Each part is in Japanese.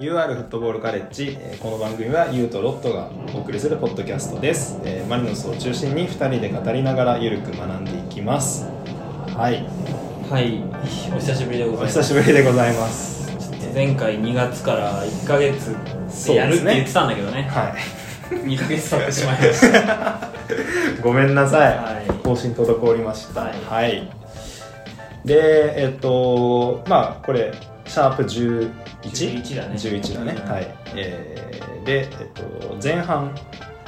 UR フットボールカレッジ、えーこの番組はユウとロットがお送りするポッドキャストです、えーマリノスを中心に2人で語りながらゆるく学んでいきますはいはい、 お久しぶりでござおいます。久しぶりでございます前回2月から1ヶ月でやるって言ってたんだけどね、はい 2ヶ月経ってしまいました。ごめんなさい、 はい更新滞りましたはいでえっとまあこれシャープ11 11だね11だねうんはい、えーで、えっと、前半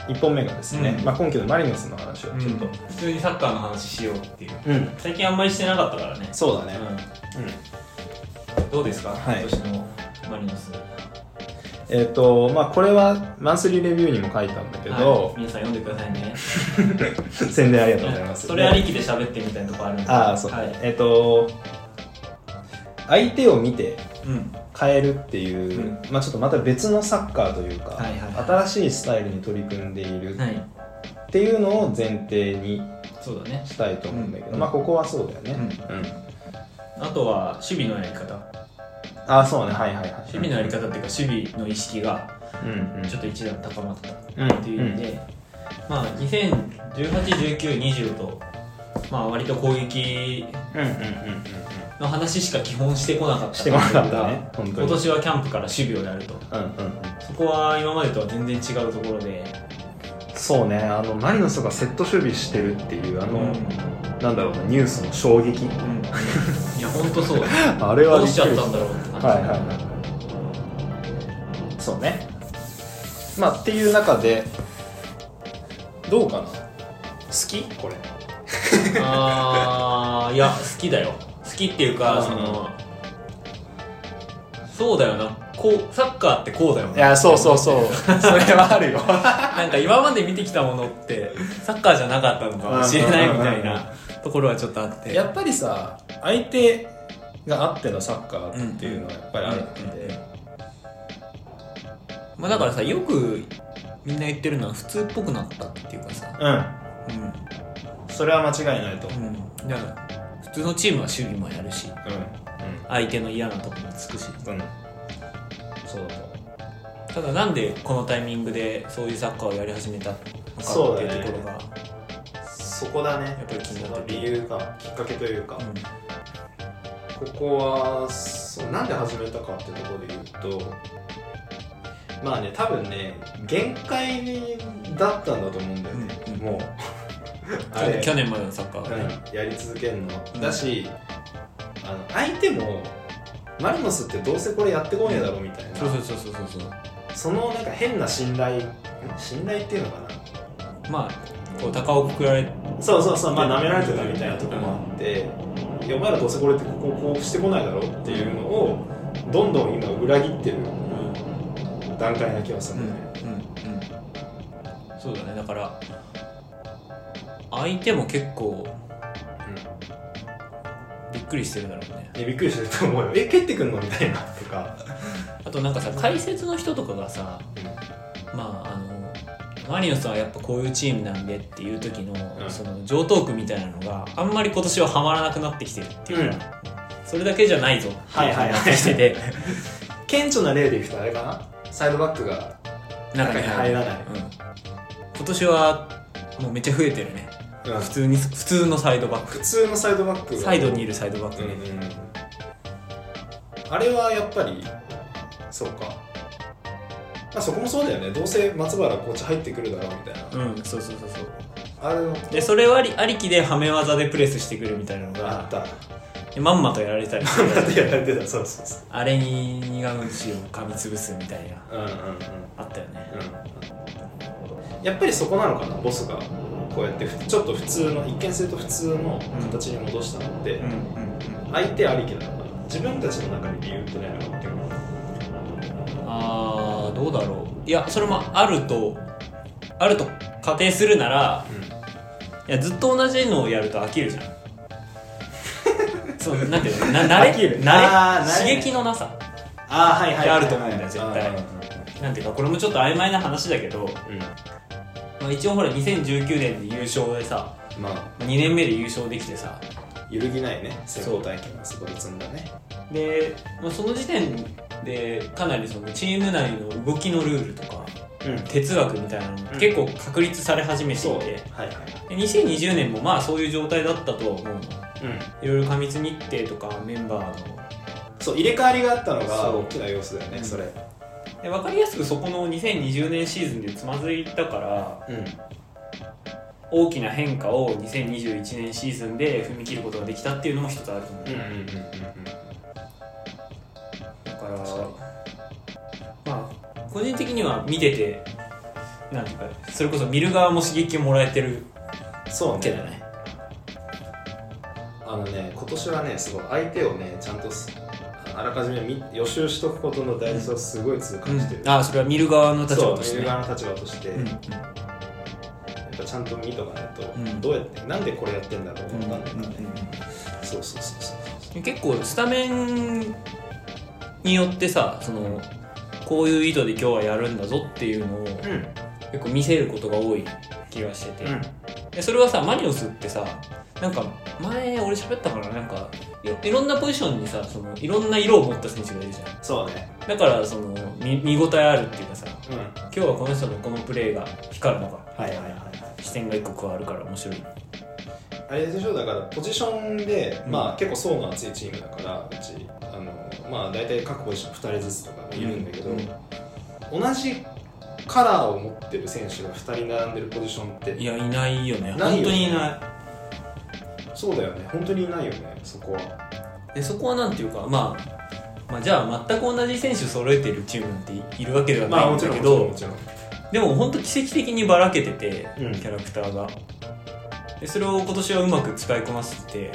1本目がですね、うんまあ、今季のマリノスの話をちょっと、普通にサッカーの話しようっていう。うん最近あんまりしてなかったからね。そうだね、うんうんどうですか、はい今年のマリノス。えっとまあこれはマンスリーレビューにも書いたんだけはいど、皆さん読んでくださいね。宣伝ありがとうございますそれありきで喋ってみたいなとこあるんで。ああそう、はい。えっと相手を見てうん。変えるっていう、うんまあ、ちょっとまた別のサッカーというか、はいはい新しいスタイルに取り組んでいるはい。っていうのを前提にそうだね。したいと思うんだけど、うんまあここはそうだよね、うんあとは、守備のやり方。ああそうねはいはいはい守備のやり方っていうか、守備の意識がうんうんちょっと一段高まった。うんっていう意味で、まあ、20181920と、まあ、割と攻撃うんうんうんうんの話しか基本してこなかったしてこなかったねという本か当に今年はキャンプから守備をやるとうんうんうんそこは今までとは全然違うところで、そうねあのマリノスがセット守備してるっていうあうの、んうん、なんだろうなニュースの衝撃いや本当そうだ あれはどうびっしちくゃっりたんだろうって感じ、はいはいはいそうねまあっていう中でどうかな好きこれあーいや好きだよ好きっていうかうんそのそうだよなこうサッカーってこうだよないやそうそう そうそれはある よなんか今まで見てきたものってサッカーじゃなかったのかもしれないみたいなところはちょっとあってやっぱりさ相手があってのサッカーっていうのはやっぱりあるんで、まあ、だからさよくみんな言ってるのは普通っぽくなったっていうかさうん、うん、うん、それは間違いないとだから普通のチームは守備もやるしう相手の嫌なとこもつくしんうん、うん、そうだと思うただなんでこのタイミングでそういうサッカーをやり始めたのかそうってだいねうところがそこだねやっぱり気になってて理由がきっかけというか、ここはそうなんで始めたかってところで言うとまあね多分ね限界だったんだと思うんだよね、うんうんもう あ去れ去年までのサッカーがね、うんやり続けるの、うんだしあの相手もマリノスってどうせこれやってこねえだろみたいな、そうそうそうそうそうそうそのなんか変な信頼ん信頼っていうのかなまあこう高をくくられそうそうそうまあ舐められてたみたいなとこもあって「いやお前らどうせこれってこここうしてこないだろ」っていうのをどんどん今裏切ってる段階な気がすうんるうんんだよね、うんそうだねだから相手も結構びっくりしてるだろうねえびっくりしてると思うよ「え蹴ってくんの?」みたいなとか、あとなんかさ解説の人とかがさまああのマリノスはやっぱこういうチームなんでっていう時の、うんその上等句みたいなのがあんまり今年はハマらなくなってきてるっていうか、うんそれだけじゃないぞっていう風になってきてて、顕著な例でいくとあれかなサイドバックが中中にに入入る、ら ない、うん、今年はもうめっちゃ増えてるねうん普通に普通のサイドバック普通のサイドバックがサイドにいるサイドバッうクんうね、んうんあれはやっぱりそうか、まあ、そこもそうだよねどうせ松原コーチ入ってくるだろうみたいな、うん、そうそうそうそうあれのでそれはありありきでハメ技でプレスしてくるみたいなのあがったでまんまとやられたりしだてってやられてたそうそうそあれに苦虫を噛みつぶすみたいなううんうんうんあったよねうんやっぱりそこなのかなボスがこうやってふちょっと普通の一見すると普通の形に戻したのって、うんうん相手ありきなのかな自分たちの中に理由ってないのかなっていうあーどうだろういやそれもあるとあると仮定するならいやずっと同じのをやると飽きるじゃん そうなんていうのな慣れ飽きるあー慣慣れれ刺激のなさああはいはいうんうんなんていうかこれもちょっと曖昧な話だけど、まあ、一応ほら2019年で優勝でさまあ2年目で優勝できてさ揺るぎないね成功体験がすごい積んだねで、まあ、その時点でかなりそのチーム内の動きのルールとかうん哲学みたいなのもうん結構確立され始めてそういはいて、はいはで2020年もまあそういう状態だったとは思うい、うのん、いろいろ過密日程とかメンバーのそう入れ替わりがあったのがそう大きな要素だようねんそれで分かりやすくそこの2020年シーズンでつまずいたからうん大きな変化を2021年シーズンで踏み切ることができたっていうのも一つあると思う、うんうんうんうんだから確かにまあ個人的には見ててなんていうかそれこそ見る側も刺激をもらえてるうんそうわけだねねあのね今年はねすごい相手をねちゃんとすあらかじめ見予習しとくことの大事さをすごい痛感してる、ああそれは見る側の立そ場うと見してるね側の立場として、うんやっぱちゃんと見とかないと、んどうやってなんでこれやってんだろうとか分かんないからね、うそうそうそうそん結構スタメンによってさそのこういう意図で今日はやるんだぞっていうのをううん結構見せることが多い気がしてて、でそれはさマリノスってさなんか前俺喋ったからなんかいいろんなポジションにさそのいろんな色を持った選手がいるじゃんそうねだからその見見応えあるっていうかさうん今日はこの人のこのプレーが光るのがはいはいはいはい視点が一個加わるから面白いあれでしょだからポジションで、うんまあ、結構層の厚いチームだからうちあの、まあ、大体各ポジション2人ずつとかいるんだけど、うん同じカラーを持ってる選手が2人並んでるポジションっていやいないよねないよね本当にいなそうだよね本当にいないよねそこはいでそこはなんていうか、まあ、まあじゃあ全く同じ選手揃えてるチームなんていいるわけではないんだけど、もちろんでも本当奇跡的にばらけてて、うんキャラクターがでそれを今年はうまく使いこなせてて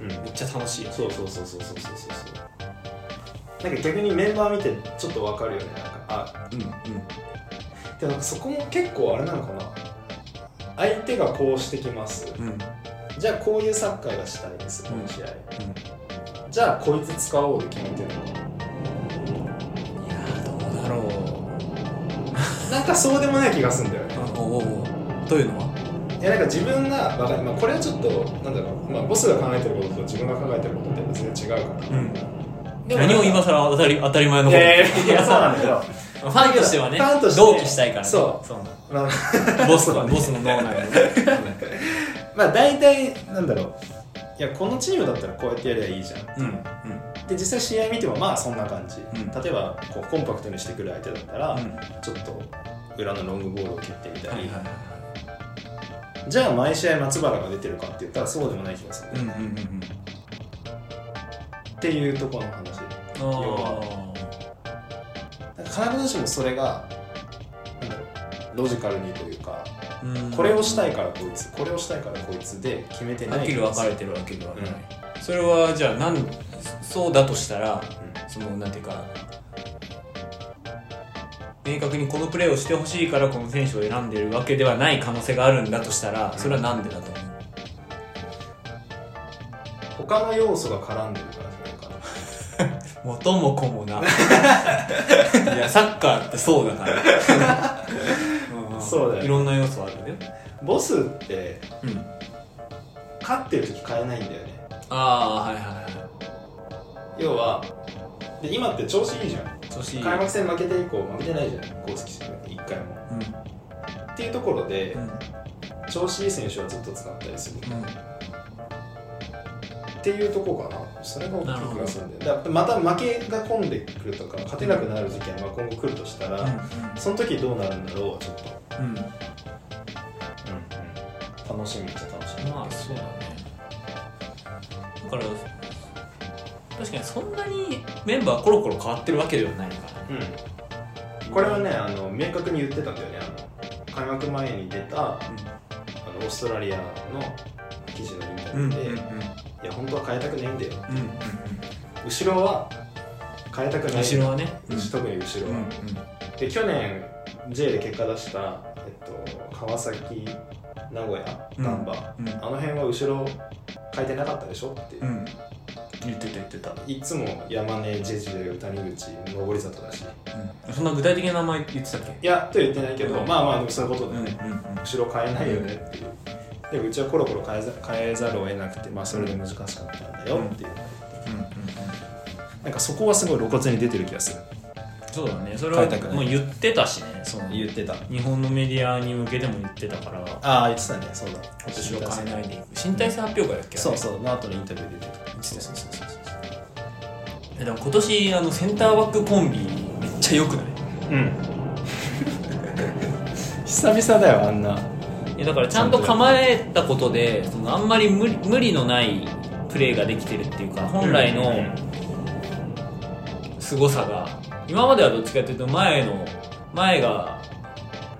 うんめっちゃ楽しいよそうそうそうそうそうそうそうそうなんか逆にメンバー見てちょっとわかるよねなんかあうんうんでもなんかそこも結構あれなのかな相手がこうしてきますうんうんじゃあこういうサッカーがしたいですこの試合、じゃあこいつ使おうって決めてるのかいやーどうだろうななんかそうでもない気がするんだよねあおうおうというのはいやなんか自分がわかんまあ、これはちょっとなんだろう、まあ、ボスが考えてることと自分が考えてることって全然違うから、うんでもなんか何を今更当たり当たり前のいことやいやいやそうなんだけど ファンとしてはねファンとして同期したいからねそうなまあのボスはボスの脳内 でねまあ大体なんだろういやこのチームだったらこうやってやりゃいいじゃんうんうんで実際試合見てもまあそんな感じ、ん例えばこうコンパクトにしてくる相手だったら、うんちょっと裏のロングボールを蹴ってみたはいり、はじゃあ毎試合松原が出てるかって言ったらそうでもない気がする、いうんうんうんうんっていうところの話ああなんか必ずしもそれがなんだろうロジカルにというか、うんこれをしたいからこいつこれをしたいからこいつで決めてないはっきり分かれてる、るわけではない、それはじゃあなんそうだとしたらうそのなんていうか明確にこのプレーをしてほしいからこの選手を選んでるわけではない可能性があるんだとしたらそれはなんでだと思う、ん他の要素が絡んでるからじゃないかな元も子もないやサッカーってそうだからんそうだよいろんな要素あるねボスってうん勝ってる時変えないんだよねああはいはい要はで今って調子いいじゃんはい調子いい開幕戦負けて以降負けてないじゃん公式戦1回もうんっていうところでうん調子いい選手はずっと使ったりするうんっていうとこかなそれが大きい気がするんだよだからまた負けが込んでくるとか勝てなくなる時期はまあ今後来るとしたら、その時どうなるんだろうちょっと、うんうん楽しみっちゃ楽しみまあそうだねだから確かにそんなにメンバーコロコロ変わってるわけではないからねうんこれはねあの明確に言ってたんだよねあの開幕前に出たあのオーストラリアの記事のインタビューで、うんうんいや本当は変えたくないんだようんうん後ろは変えたくない後ろはねうん特に後ろは、で去年 J で結果出した、えっと、川崎名古屋うん難波、うんあの辺は後ろ変えてなかったでしょって、うん言ってた言ってた、いつも山根ジェジュ谷口上里だしそんな具体的な名前言ってたっけいやとは言ってないけど、うんまあまあでもそういうことだよね、ん後ろ変えないよねっていうでもうちはコロコロ変えざ変えざるを得なくてまあそれで難しかったんだよっていう、なんかそこはすごい露骨に出てる気がするそうだねそれ変えたくなはいもう言ってたしねその言ってた日本のメディアに向けても言ってたからああ言ってたねそうだ今年は変えないでいく新体制発表会だっけあれそうそうの後のインタビューで言ってたそうそうそうそうえでも今年あのセンターバックコンビめっちゃ良くないうん 久々だよあんなえだからちゃんと構えたことでそのあんまり無理無理のないプレーができてるっていうか本来の凄さが今まではどっちかというと前の前が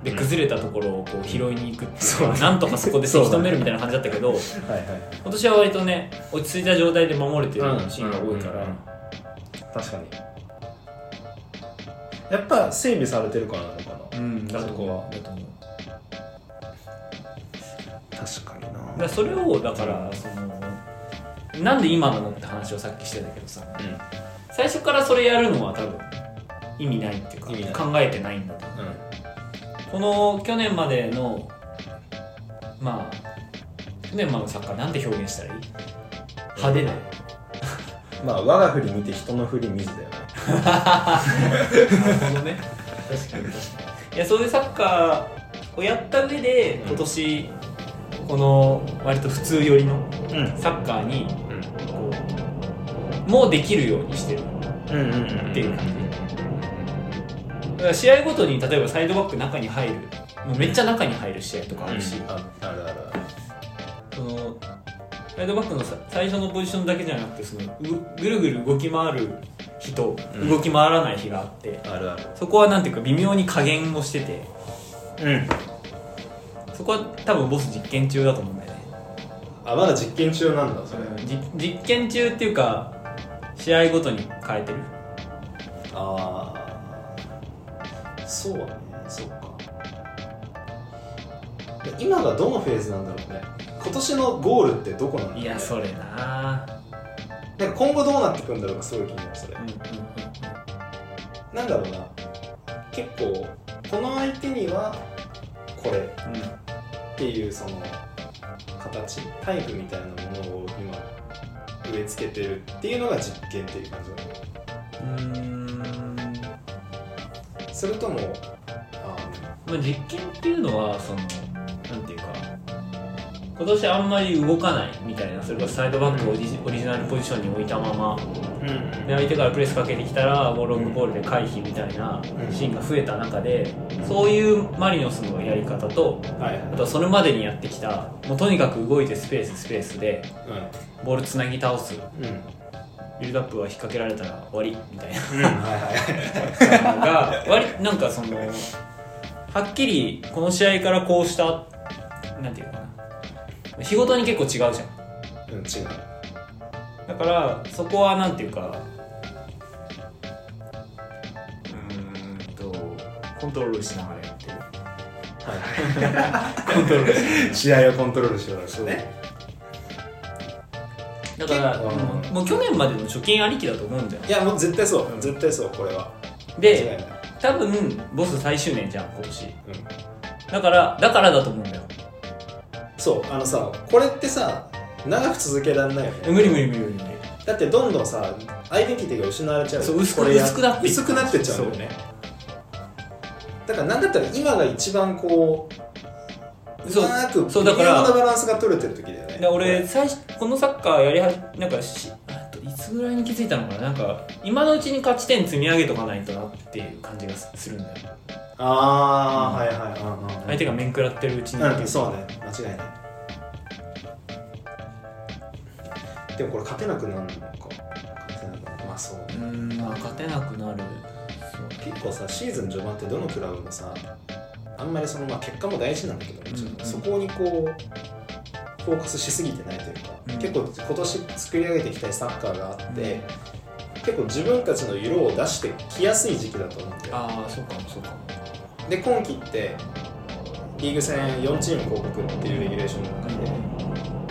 で崩れたところをこう拾いに行くっていうか、なんとかそこでせき止めるみたいな感じだったけどはいはい今年は割とね落ち着いた状態で守れてるシーンが多いから、うんうん確かにやっぱ整備されてるからなのかなうん、だそとこはだと思うだか確かにならそれをだからそのなんで今なのって話をさっきしてたけどさ最初からそれやるのは多分意味ないっていうか意味ない考えてないんだと思うこの去年までのまあ去年までのサッカーなんて表現したらいい派手なまあ我が振り見て人の振り見ずだよねなるほどね確かに確かにいやそういうサッカーをやった上で今年この割と普通寄りのうんサッカーにこうもうできるようにしてるうんうんうんっていう感だから試合ごとに例えばサイドバック中に入るもうめっちゃ中に入る試合とかあるし、ああるあるあるそのサイドバックのさ最初のポジションだけじゃなくてそのうぐるぐる動き回る日とうん動き回らない日があって、あるあるそこはなんていうか微妙に加減をしててうんそこは多分ボス実験中だと思うんだよねあまだ実験中なんだそれじ実験中っていうか試合ごとに変えてるああそうだねそうか今がどのフェーズなんだろうね今年のゴールってどこなんだろう、ね、いやそれなあなんか今後どうなってくんだろうかすごい気になるそれうんうんうなんだろうな結構この相手にはこれんうんっていうその形タイプみたいなものを今植え付けてるっていうのが実験っていう感じだねうーんそれともあまあ、実験っていうのはそのなんていうか今年あんまり動かないみたいなそれこそサイドバックをオリジオリジナルポジションに置いたままうんうんで相手からプレスかけてきたらボールオンボールで回避みたいなうんシーンが増えた中でそういうマリノスのやり方とはいあとはそれまでにやってきたもうとにかく動いてスペーススペースでボールつなぎ倒すうんうんビルドアップは引っ掛けられたら終わりみたいなはいはいが割なんかそのはっきりこの試合からこうしたなんていうのかな日ごとに結構違うじゃんうん違うだからそこはなんていうかうーんとコントロールしながらやってるコントロールし 試合をコントロールしようらしいねだからうんもうもう去年までの貯金ありきだと思うんだよいやもう絶対そう絶対そうこれは間違いでない多分ボス最終年じゃん今年だからだからだと思うんだようんそうあのさこれってさ長く続けられないよね無理無理無理無理無理だってどんどんさアイデンティティが失われちゃうそう薄くこれや薄くなっていく薄くなってっちゃうんだよねだからなんだったら今が一番こううそうまーくそうだから微妙なバランスが取れてる時だよねで俺最初このサッカーやりはじなんかしあといつぐらいに気づいたのかななんか今のうちに勝ち点積み上げとかないとなっていう感じがすするんだよああ、はいはいはいはい相手が面食らってるうちにうんそうね間違いないでもこれ勝てなくなるのか勝てなくなるまあそううーんまあ勝てなくなる結構さシーズン序盤ってどのクラブもさあんまりその、まあ、結果も大事なんだけどもちろんうんうんそこにこうフォーカスしすぎてないというか、うん結構今年作り上げていきたいサッカーがあって、結構自分たちの色を出してきやすい時期だと思うんだよああそうかもそうかもで今季ってリーグ戦4チーム広告っていうレギュレーションの中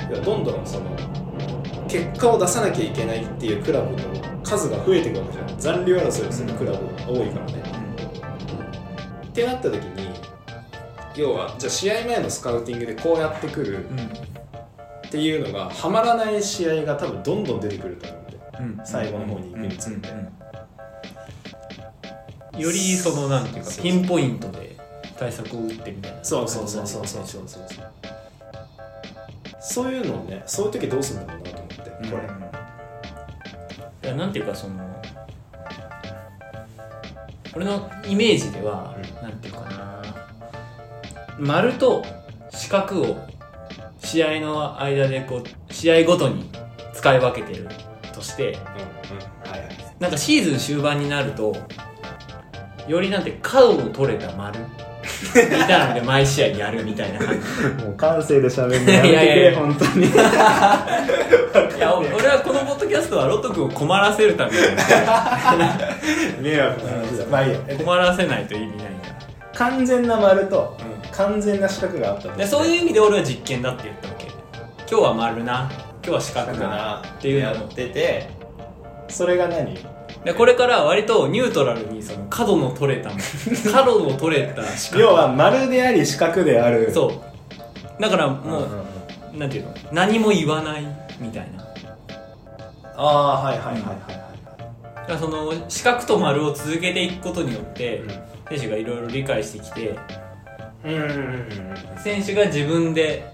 でいやどんどんその結果を出さなきゃいけないっていうクラブの数が増えていくわけじゃん残留争いをするクラブが多いからね、ってなった時に要はじゃあ試合前のスカウティングでこうやってくるうんっていうのがはまらない試合が多分どんどん出てくると思うんでうん最後の方に行くにつれてうんうんうんよりそのなんていうかそうピンポイントで対策を打ってみたいなそうそうそうそうそうそうそうそうそういうのをねそういう時どうするんだろうなと思って、うこんいれやなんていうかその俺のイメージでは、うなんていうかな丸と四角を試合の間でこう試合ごとに使い分けてるとしてうんうんはいはいなんかシーズン終盤になるとよりなんて角を取れた丸みたいなので毎試合やるみたいな感じもう感性で喋るのやめてくれいやいやいや本当 に いや俺はこのポッドキャストはロト君を困らせるために迷惑な話だまあいいや困らせないと意味ないか完全な丸とう完全な四角があったらとでそういう意味で俺は実験だって言ったわけ今日は丸な今日は四角だなっていうのをっててそれが何でこれから割とニュートラルにその角の取れた 角の取れた四角要は丸であり四角であるそうだからもんんう、んなんていうの何も言わないみたいなああはいはいはいはだからその四角と丸を続けていくことによって、うん選手がいろいろ理解してきてうんうんうんうん選手が自分で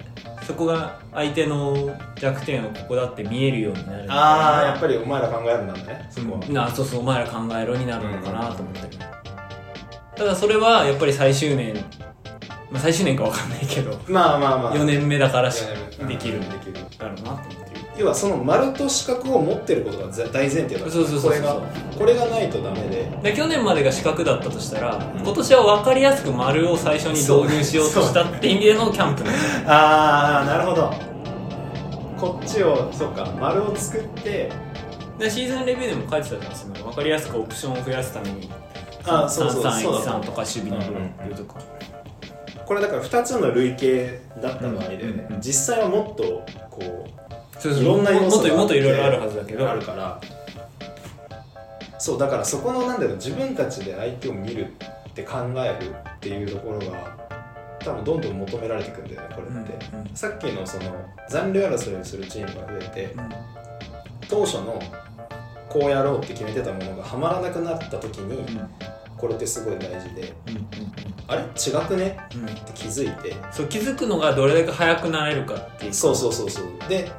そこが相手の弱点をここだって見えるようになるああやっぱりお前ら考えるんだねそりこは、なそうそうお前ら考えろになるのかなと思ってる、ただそれはやっぱり最終年、まあ、最終年かわかんないけどまあまあまあ4年目だからしうんできるんでだきるろうなと思ってる要はその丸と四角を持ってることがぜ大前提だからそうそうそうそうこれがこれがないとダメでで去年までが四角だったとしたら、うん今年は分かりやすく丸を最初に導入しようとしたって意味でのキャンプなんだよいああなるほどこっちをそうか丸を作ってでシーズンレビューでも書いてたじゃんその分かりやすくオプションを増やすためにあそうそうそうだ3313とか守備のうんルールとか、これだから2つの類型だった場合だよね、うんうん実際はもっとこうそうそういろんな要も素っがともっといろいろあるはずだけどあるからそうだからそこのなんだろう自分たちで相手を見るって考えるっていうところが多分どんどん求められてくんだよねこれって、うんうんさっきのその残留争いをするチームが増えて当初のこうやろうって決めてたものがはまらなくなった時にこれってすごい大事であれ違くねって気づいてそう気づくのがどれだけ早くなれるかっていうそうそうそうそうで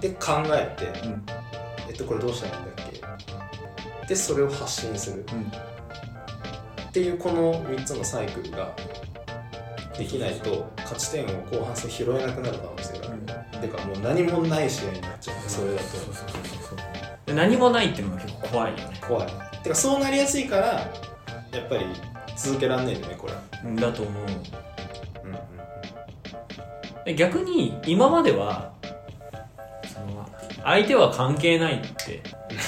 で考えてうん、えっとこれどうしたらいいんだっけでそれを発信するうんっていうこの3つのサイクルができないと勝ち点を後半戦拾えなくなる可能性がある、てかもう何もない試合になっちゃうそれだそうとそうそうそうで何もないっていうのが結構怖いよね、怖いてかそうなりやすいからやっぱり続けらんねえよねこれ、だと思ううんうん うん、で逆に今まではその相手は関係ないって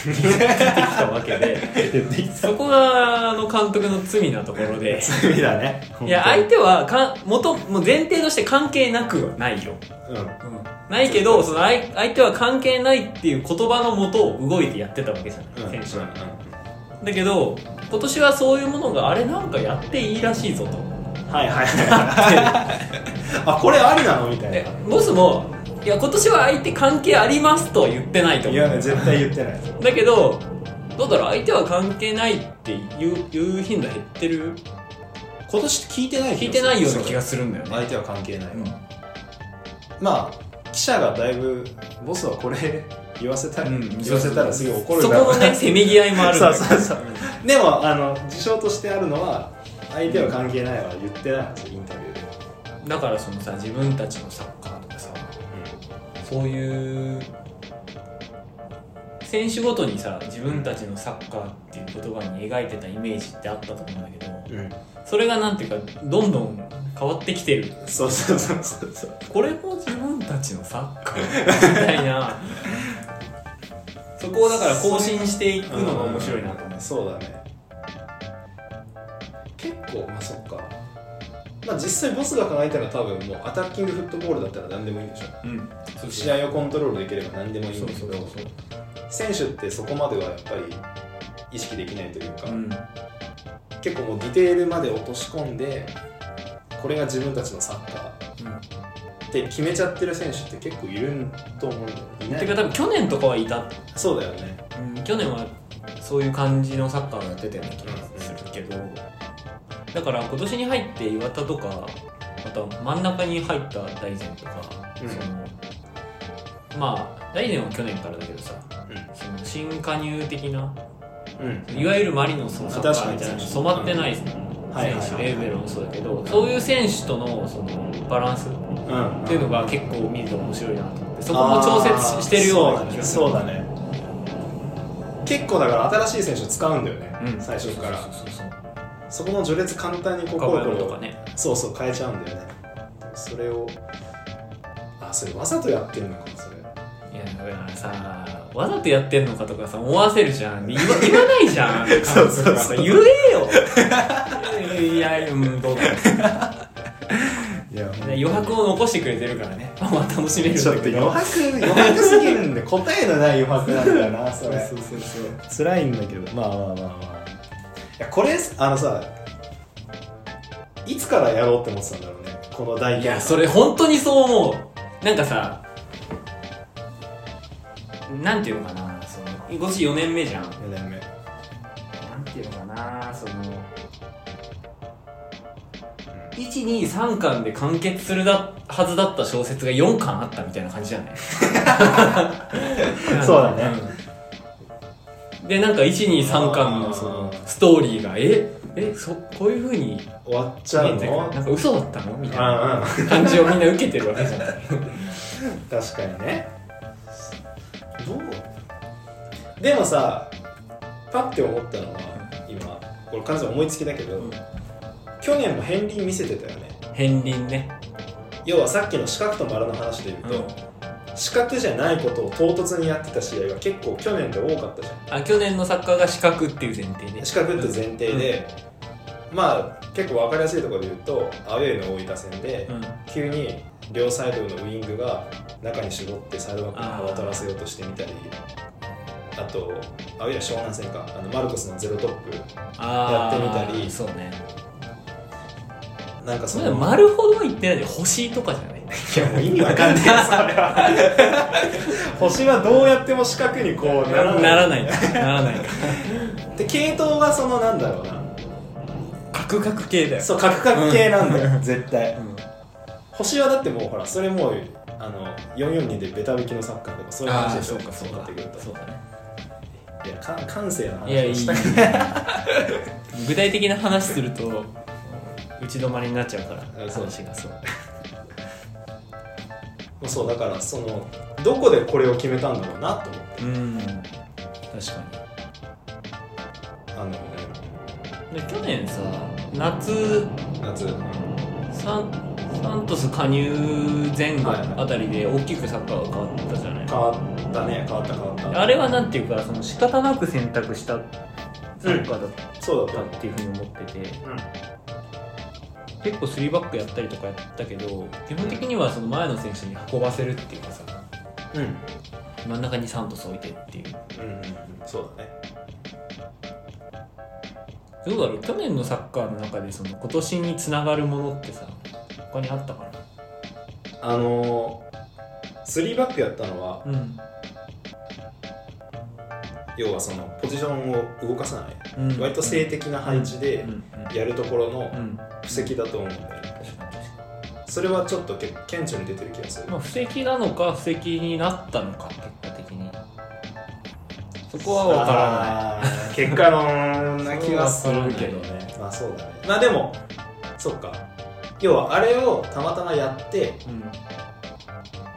言ってきたわけ で言ってきたそこがあの監督の罪なとこ ろで罪だねいや相手はか元もう前提として関係なくはないよ、うんないけどその相相手は関係ないっていう言葉のもと動いてやってたわけじゃうんない、選手はだけど今年はそういうものがあれなんかやっていいらしいぞとはいはいはいあこれありなのみたでいボスもいや今年は相手関係ありますとは言ってないとない思やう絶対言ってないだけどどうだろう相手は関係ないって言う言う頻度減ってる今年聞いてない気がす聞るいてないような気がするんだよね相手は関係ないわ、まあ記者がだいぶボスはこれ言わせた,、うん言わせたらすぐ怒るそこだろのうねせめぎ合いもあるんだけどそうそうそうでもあの事象としてあるのは相手は関係ないは言ってないんですよインタビューで、だからそのさ自分たちのサッカーとかさそういう選手ごとにさ自分たちのサッカーっていう言葉に描いてたイメージってあったと思うんだけどそれがなんていうかどんどん変わってきてるそうそうそうそうそうこれも自分たちのサッカーみたいな そこをだから更新していくのが面白いなと思うそうだね結構まあそっかまあ実際ボスが考えたら多分もうアタッキングフットボールだったら何でもいいんでしょうんそう試合をコントロールできれば何でもいいんそうだけそうどそう選手ってそこまではやっぱり意識できないというか、そううん結構もうディテールまで落とし込んでこれが自分たちのサッカーって決めちゃってる選手って結構いると思うんだよねいうんなていか多分去年とかはいたそうだよねうん去年はそういう感じのサッカーをやってたような気がする、けどだから今年に入って岩田とかあとは真ん中に入った大然とか、うんそのまあ大然は去年からだけどさその新加入的なうんいわゆるマリノスのサッカーみたいな確かに染まってない選はいはいは手いエウベルもそうだけどそういう選手とのそのバランスっうんていうのが結構見ると面白いなと思ってそこも調節してるような気がするそうだね結構だから新しい選手を使うんだよね、うん最初からそうそうそうそこの序列簡単にこうカこバうこーうとかねそうそう変えちゃうんだよねそれをあそれわざとやってるのかなそれいやだからさわざとやってんのかとかさ思わせるじゃん言わ言わないじゃん そうそうそう監督がさ言えよ いやいやうんどうだろういや余白を残してくれてるからね まあ楽しめるんちょっだとけ余ど白余白すぎるんで答えのない余白なんだよなそれ そうそうそう辛いんだけどまあまあまあまあいやこれあのさいつからやろうって思ってたんだろうねこの大い体やそれ本当にそう思うなんかさなんていうのかなその今年4年目じゃん4年目なんていうのかなその123巻で完結するだはずだった小説が4巻あったみたいな感じじゃ ないそうだねうんでなんか123巻のそのストーリーがええそこういうふうに終わっちゃう現在からのなんか嘘だったのみたいなああ感じをみんな受けてるわけじゃない確かにねどうでもさパッて思ったのは今これ完全に思いつきだけど、うん去年も片鱗見せてたよね片鱗ね要はさっきの四角と丸の話で言うと、四角じゃないことを唐突にやってた試合が結構去年で多かったじゃんあ去年のサッカーが四角っていう前提ね四角って前提で、まあ結構分かりやすいところで言うとアウェーの大分戦で、うん急に両サイドのウイングが中に絞ってサイドバックに渡らせようとしてみたりあとアウェーは湘南戦かあのマルコスのゼロトップあやっーてみたりそうねなんかそそれの丸ほどは言ってないで星とかじゃないいやもう意味わかん ないそれは星はどうやっても四角にこうならないならないならないかで系統がそのなんだろうなカクカク系だよそう角角系なんだよ、 絶対うん星はだってもうほらそれもうあの442でベタ引きのサッカーとかそういうあ話あでしそょうかそうなっかてくるとそうだねいやか感性のいや話いをいしたく具体的な話すると打ち止まりになっちゃうからあそう話がそうもうそうだからそのどこでこれを決めたんだろうなと思ってうん確かあのにで去年さ夏夏サンサントス加入前後はいはいあたりで大きくサッカーが変わったじゃない変わったね変わった変わったあれはなんていうかその仕方なく選択したサッカーだっそうだたっっていうふうに思ってて、たうん結構3バックやったりとかやったけど基本的にはその前の選手に運ばせるっていうかさうん真ん中にサントス置いてっていううんうんそうだねどうだろう去年のサッカーの中でその今年につながるものってさ他にあったかあの3バックやったのはなうん、要はそのポジションを動かさないうん、割と性的な配置でうんやるところのうん、うん、布石だと思うんだよね確かに確かそれはちょっとけ顕著に出てる気がするにまあ布石なのか布石になったのか結果的にそこは分からあー結果論な気はすそれはる分けからどないねまあそうだねまあでもそっか要はあれをたまたまやってないうん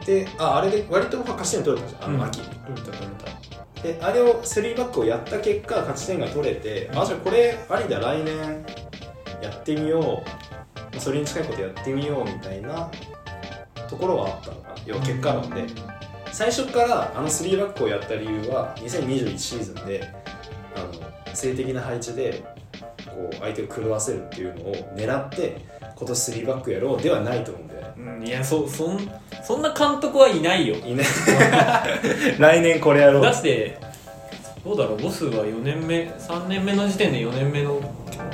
でああれで割と勝ち点取れたじゃんあうんの秋、取れた取れたであれを3バックをやった結果勝ち点が取れて、あじゃあこれありだ来年やってみようまあそれに近いことやってみようみたいなところはあったのかな要は結果論で、最初からあの3バックをやった理由は2021シーズンであの性的な配置でこう相手を狂わせるっていうのを狙って今年3バックやろうではないと思うんだよねうんいやそそんそんな監督はいないよいいね 来年これやろだってどうだろうボスは4年目3年目の時点で4年目の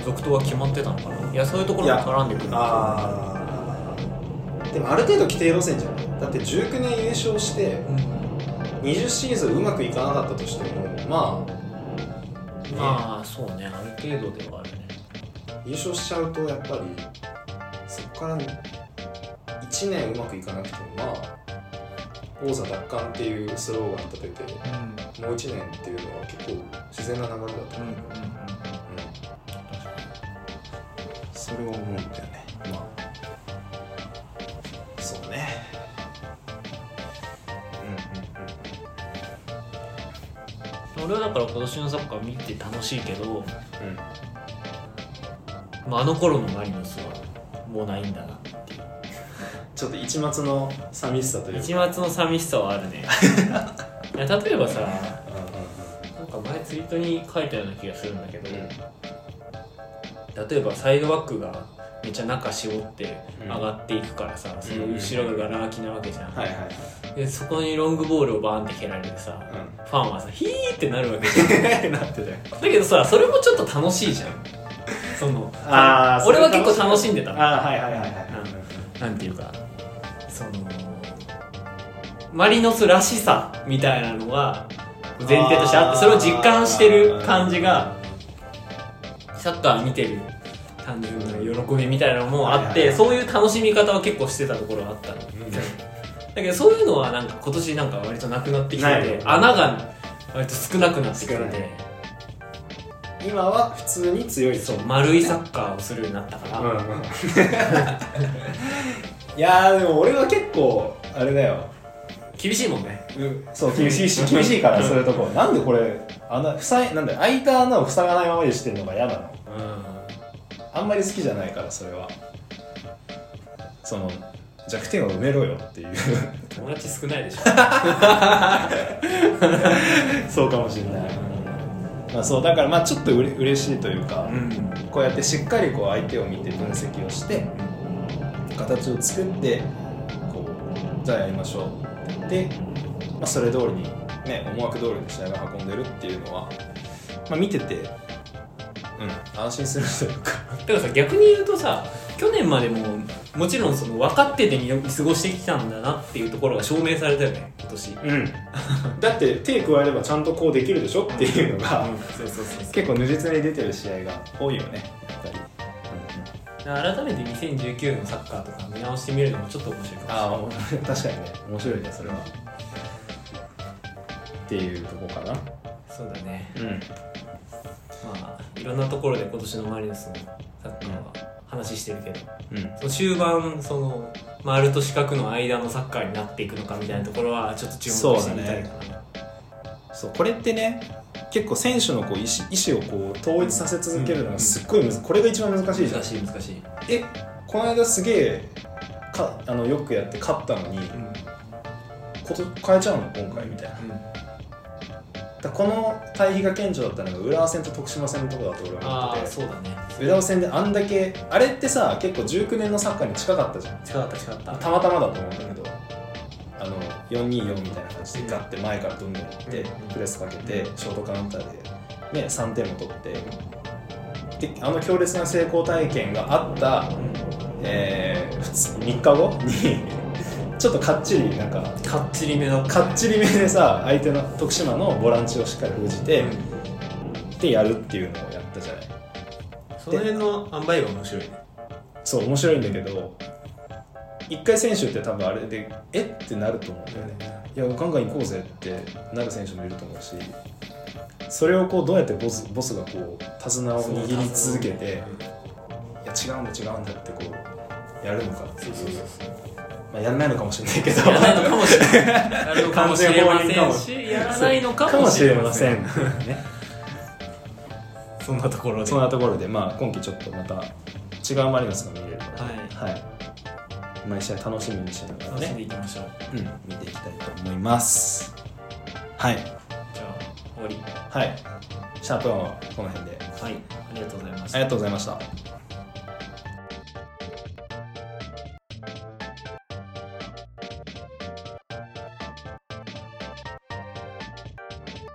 続投は決まってたのかないやそういうところも絡んでくるんだけどあーでもある程度規定路線じゃないだって19年優勝してうん20シーズンうまくいかなかったとしてもまあ、ねまあそうねある程度ではあるね優勝しちゃうとやっぱりそこから1年うまくいかなくてもまあ王座奪還っていうスローガン立ててうんもう1年っていうのは結構自然な流れだと思う、うんうんうんそれを思うんだよねまあそうね俺はだから今年のサッカー見て楽しいけど、うんうんうんまあ、あの頃のマリノスはもうないんだなっていうちょっと一抹の寂しさというか一抹の寂しさはあるねいや例えばさうんうんなんか前ツイートに書いたような気がするんだけど、うん例えばサイドバックがめっちゃ中絞ってうん上がっていくからさ、その後ろがガラ空きなわけじゃん、はいはいはいでそこにロングボールをバーンって蹴られてさ、うファンはさヒーってなるわけじゃ んなってたよだけどさそれもちょっと楽しいじゃんそのあー俺はそれ結構楽しんでたああはいはいはいはいなんていうかそのマリノスらしさみたいなのが前提としてあってそれを実感してる感じがサッカー見てる単純な喜びみたいなのもあっはいはいてはいそういう楽しみ方は結構してたところがあったのだけどそういうのはなんか今年なんか割となくなってきなていてよ穴が割と少なくなってきて少ないて今は普通に強いそう丸いサッカーをするようになったから、んいやーでも俺は結構あれだよ厳しいもんねそう厳しいし厳しいからそういうとこなんでこれ穴塞いなんだよ開いた穴を塞がないままでしてるのが嫌なのうあんまり好きじゃないからそれはその弱点を埋めろよっていう ん友達少ない でしょそうかもしれない、まあ、そうだからまあちょっとうれ嬉しいというか、んこうやってしっかりこう相手を見て分析をして形を作ってこうじゃあやりましょうって言って、まあ、それ通りに、ね、思惑通りに試合が運んでるっていうのは、まあ、見てて、うん、安心するというかだからさ逆に言うとさ去年までももちろんその分かってて見過ごしてきたんだなっていうところが証明されたよね今年 うんだって手加えればちゃんとこうできるでしょっていうのがそうそうそうそう結構如実に出てる試合が多いよねやっぱり、改めて2019のサッカーとか見直してみるのもちょっと面白いかもしれないああ 確かにね面白いねそれはっていうとこかなそうだねうんまあいろんなところで今年のマリノスのサッカーは話してるけどうんその終盤その丸と四角の間のサッカーになっていくのかみたいなところはちょっと注目してみたいかな、そうこれってね結構選手のこう意思意思をこう統一させ続けるのがすっごい難これが一番難しいじゃん難しい難しい、えこの間すげえかあのよくやって勝ったのにうんうんこと変えちゃうの今回みたいなだこの対比が顕著だったのが浦和戦と徳島戦のとこだと俺はあ思あってそうだねて浦和戦であんだけあれってさ結構19年のサッカーに近かったじゃん近かった近かったたまたまだと思うんだけどあの424みたいな感じでガッて前からどんどん行ってうんプレスかけてショートカウンターで、ね、3点も取ってであの強烈な成功体験があった、えー、3日後にちょっとかっちりなんかかっちりめのかっちりめでさ相手の徳島のボランチをしっかり封じて、でやるっていうのをやったじゃないその辺の塩梅が面白いねそう面白いんだけど一回選手って多分あれでえってなると思うんだよねいやガンガン行こうぜってなる選手もいると思うしそれをこうどうやってボスボスがこう手綱を握り続けていや違うんだ違うんだってこうやるのかっていうまあ、やんないのかもしれないけ どやらないのかもしれないやるのかもしれませんしやらないのかもしれませんかもしれませんねそんなところでそんなところで、まあ、今季ちょっとまた違うマリノスが見れるので、はいはい、毎試合楽しみにしながら楽しんね、でいきましょううん、見ていきたいと思います。はい、じゃあ終わりはい、シャープンはこの辺で、はいありがとうございまあしたりがとうございました。